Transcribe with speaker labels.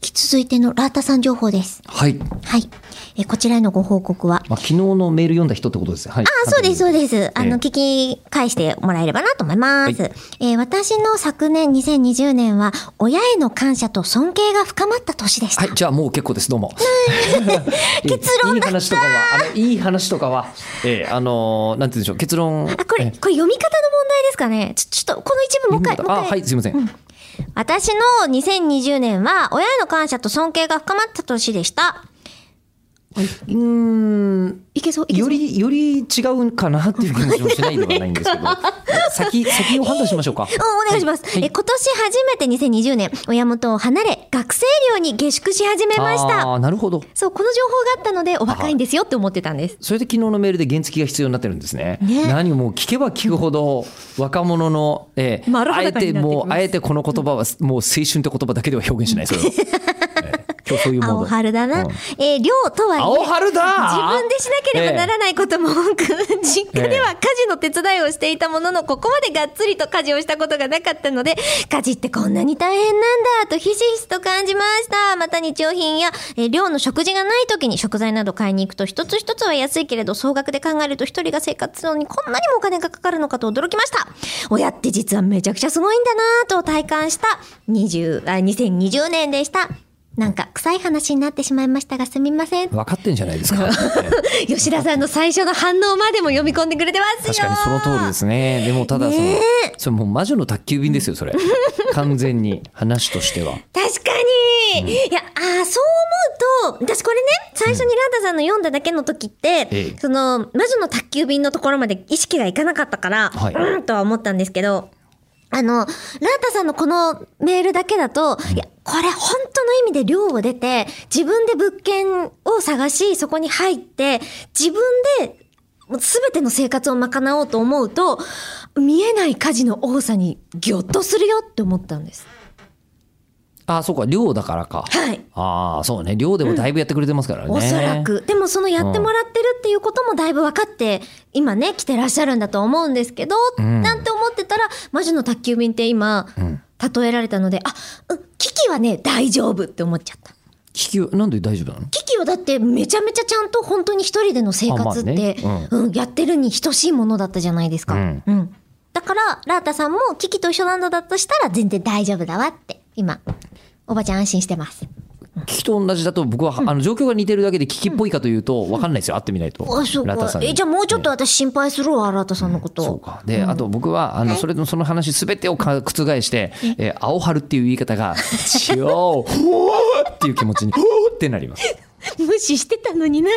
Speaker 1: き続いてのラータさん情報です。
Speaker 2: はい。
Speaker 1: はい。えーこちらへのご報告は、
Speaker 2: まあ、昨日のメール読んだ人ってことですね。はい。
Speaker 1: あ、そうです、そう
Speaker 2: す。
Speaker 1: です。あ
Speaker 2: ええ
Speaker 1: の、聞き返してもらえればなと思います。
Speaker 2: はい
Speaker 1: えー私の昨年2020年は、親への感謝と尊敬が深まった年でした。
Speaker 2: はい、じゃあもう結構です。どうも。
Speaker 1: 結論
Speaker 2: いい話とかは、あの、いい話とかは、ええあのーなんて言うんでしょう、結論。
Speaker 1: あ、これ、これ読み方の問題ですかねちょ、ちょっと、この一文もう一回、もう一
Speaker 2: あ、
Speaker 1: 回。
Speaker 2: はい、すいません。
Speaker 1: 私の2020年は、親への感謝と尊敬が深まった年でした。
Speaker 2: うん、
Speaker 1: いけそう、いけそう。
Speaker 2: より、より違うかなっていう感じもしないではないんです けど、先、先を判断しましょうか。
Speaker 1: うん、お願いします。
Speaker 2: はい
Speaker 1: え今年初めて2020年、親元を離れ、学生寮に下宿し始めました。
Speaker 2: ああ、なるほど。
Speaker 1: そう、この情報があったので、お若いんですよって思ってたんです。
Speaker 2: それで昨日のメールで原付が必要になってるんですね。
Speaker 1: ね
Speaker 2: 何もう聞けば聞くほど若者の、ええ
Speaker 1: 丸
Speaker 2: あえ
Speaker 1: 裸に
Speaker 2: て
Speaker 1: なってきます
Speaker 2: もうあえてこの言葉はもう青春って言葉だけでは表現 しないそれは、ええ今日そういうも
Speaker 1: 青
Speaker 2: の。
Speaker 1: 春だな。
Speaker 2: うん
Speaker 1: えー寮とはいえ、
Speaker 2: 青春だ
Speaker 1: 自分でしなければならないことも多く、実家では家事の手伝いをしていたものの、ここまでがっつりと家事をしたことがなかったので、家事ってこんなに大変なんだ、とひしひしと感じました。また日用品や、えー寮の食事がない時に食材など買いに行くと、一つ一つは安いけれど、総額で考えると一人が生活するのにこんなにもお金がかかるのかと驚きました。親って実はめちゃくちゃすごいんだなぁと体感した20あ、2020年でした。なんか臭い話になってしまいましたがすみません。
Speaker 2: 分かってんじゃないですか。ええ
Speaker 1: 吉田さんの最初の反応までも読み込んでくれてますよ
Speaker 2: 確かにその通りで すね。でもただその、
Speaker 1: ね
Speaker 2: それもう魔女の宅急便です よそれ。完全に話としては。
Speaker 1: 確かに、いや、ああ、そう思うと、私これね、最初にランダさんの読んだだけの時って、
Speaker 2: ええ
Speaker 1: その、魔女の宅急便のところまで意識がいかなかったから、
Speaker 2: はい
Speaker 1: うんとは思ったんですけど、あの、ランタさんのこのメールだけだと、いや、これ本当の意味で寮を出て、自分で物件を探し、そこに入って、自分で全ての生活を賄おうと思うと、見えない家事の多さにギョッとするよって思ったんです。
Speaker 2: ああそうか寮だからか。
Speaker 1: はい。
Speaker 2: ああそうね寮でもだいぶやってくれてますからね。
Speaker 1: おそら。く。でもそのやってもらってるっていうこともだいぶ分かって、今ね、来てらっしゃるんだと思うんですけど、
Speaker 2: ん
Speaker 1: なんて思ってたら、魔女の宅急便って今、
Speaker 2: ん
Speaker 1: 例えられたので、あ、うんキキはね、大丈夫って思っちゃった。
Speaker 2: 聞きよなんで大丈夫なの？
Speaker 1: キキはだってめちゃめちゃちゃんと本当に一人での生活って、
Speaker 2: あまあね
Speaker 1: うんやってるに等しいものだったじゃないですか。
Speaker 2: うん
Speaker 1: うんだから、ラータさんもキキと一緒なんだだとしたら全然大丈夫だわって、今、おばちゃん安心してます。
Speaker 2: 聞きと同じだと僕は、あの状況が似てるだけで聞きっぽいかというと分かんないですよ、会ってみないと。
Speaker 1: あ、そう
Speaker 2: ラタ
Speaker 1: か
Speaker 2: さ。んに
Speaker 1: え、じゃあもうちょっと私心配するわ、ラータさんのこと。
Speaker 2: そうかで、あと僕はあのそれのその話すべてをか覆して、えー青春っていう言い 方が「ちよう!」っていう気持ちに「おーってなります。
Speaker 1: 無視してたのにな。